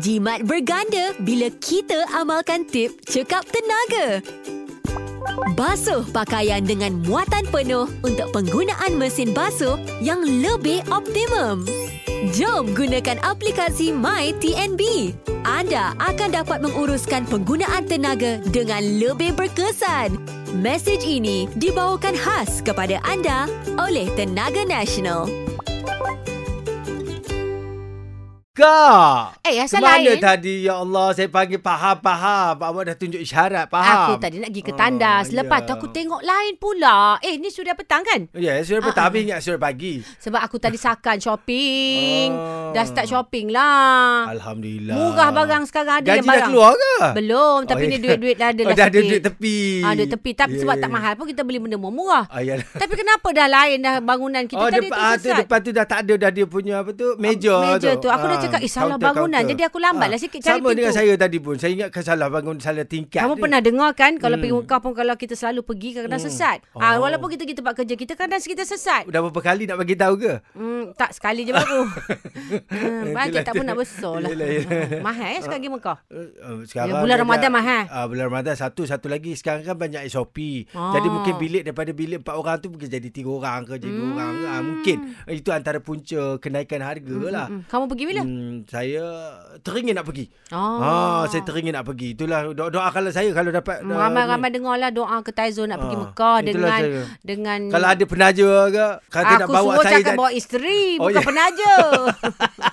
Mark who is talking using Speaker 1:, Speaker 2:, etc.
Speaker 1: Jimat berganda bila kita amalkan tip cekap tenaga. Basuh pakaian dengan muatan penuh untuk penggunaan mesin basuh yang lebih optimum. Jom gunakan aplikasi MyTNB. Anda akan dapat menguruskan penggunaan tenaga dengan lebih berkesan. Mesej ini dibawakan khas kepada anda oleh Tenaga Nasional.
Speaker 2: Kak.
Speaker 3: Eh, asal
Speaker 2: Mana
Speaker 3: lain.
Speaker 2: tadi ya Allah saya panggil faham-faham. Awak dah tunjuk isyarat faham.
Speaker 3: Aku tadi nak pergi ke
Speaker 2: Ah,
Speaker 3: tandas. Lepas
Speaker 2: ya.
Speaker 3: tu aku tengok lain pula. Eh, ni sudah petang kan?
Speaker 2: Ya, yeah, surat petang habis ingat surat pagi.
Speaker 3: Sebab aku tadi sakan shopping.
Speaker 2: Ah.
Speaker 3: Dah start shopping lah.
Speaker 2: Alhamdulillah.
Speaker 3: Murah barang sekarang ada
Speaker 2: Gaji
Speaker 3: yang barang.
Speaker 2: dah keluar ke?
Speaker 3: Belum, tapi
Speaker 2: Oh,
Speaker 3: ni
Speaker 2: ya.
Speaker 3: duit-duit dah ada
Speaker 2: Oh,
Speaker 3: lah
Speaker 2: dah ada
Speaker 3: sikit.
Speaker 2: duit tepi.
Speaker 3: Ada tepi. Tapi
Speaker 2: Ya,
Speaker 3: sebab
Speaker 2: ya,
Speaker 3: tak
Speaker 2: ya.
Speaker 3: mahal pun kita beli benda murah.
Speaker 2: Ah, ya.
Speaker 3: Tapi kenapa dah lain dah bangunan kita
Speaker 2: oh,
Speaker 3: tadi
Speaker 2: depan,
Speaker 3: tu
Speaker 2: ah, tu
Speaker 3: sesat.
Speaker 2: depan tu dah tak ada dah dia punya apa tu meja,
Speaker 3: meja tu. Aku dah
Speaker 2: Ah,
Speaker 3: cakap, eh, salah
Speaker 2: kaunter,
Speaker 3: bangunan.
Speaker 2: kaunter.
Speaker 3: Jadi aku lambat lah sikit cari
Speaker 2: Sama dengan
Speaker 3: pintu.
Speaker 2: saya tadi pun. Saya ingatkan salah bangun salah tingkat.
Speaker 3: Kamu
Speaker 2: je.
Speaker 3: pernah dengar kan
Speaker 2: ya,
Speaker 3: kalau
Speaker 2: Hmm.
Speaker 3: pergi kau pun kalau kita selalu pergi kadang-kadang sesat.
Speaker 2: Oh.
Speaker 3: Ah walaupun kita pergi tempat kerja kita kadang kita sesat.
Speaker 2: Dah berapa kali nak bagi tahu ke?
Speaker 3: Hmm, tak sekali je baru. hmm,
Speaker 2: Eh, Yelah,
Speaker 3: bajet tak pun nak
Speaker 2: tu-
Speaker 3: besar lah.
Speaker 2: yelah, yelah.
Speaker 3: mahal eh sekarang pergi Mekah.
Speaker 2: Eh, eh, Sekarang
Speaker 3: Ya, bulan
Speaker 2: dia
Speaker 3: Ramadan
Speaker 2: dah-
Speaker 3: mahal.
Speaker 2: Ah, bulan Ramadan satu, satu lagi. Sekarang kan banyak SOP.
Speaker 3: Ah.
Speaker 2: Jadi mungkin bilik daripada bilik empat orang tu mungkin jadi tiga orang ke, jadi
Speaker 3: Hmm.
Speaker 2: dua orang. Ah, mungkin Eh, itu antara punca kenaikan harga lah.
Speaker 3: Hmm, kamu pergi bila?
Speaker 2: Hmm, saya teringin nak pergi.
Speaker 3: Oh.
Speaker 2: Ah, saya teringin nak pergi. Itulah doa, doa kalau saya kalau dapat
Speaker 3: Hmm,
Speaker 2: ah,
Speaker 3: Ramai-ramai dengarlah doa ke Taizo nak pergi
Speaker 2: Ah,
Speaker 3: Mekah
Speaker 2: itulah
Speaker 3: dengan
Speaker 2: saya.
Speaker 3: dengan
Speaker 2: ni. Kalau ada penaja ke, kata nak
Speaker 3: aku
Speaker 2: bawa
Speaker 3: suruh
Speaker 2: saya
Speaker 3: cakap
Speaker 2: tak-
Speaker 3: bawa isteri
Speaker 2: Oh,
Speaker 3: bukan
Speaker 2: ya.
Speaker 3: penaja.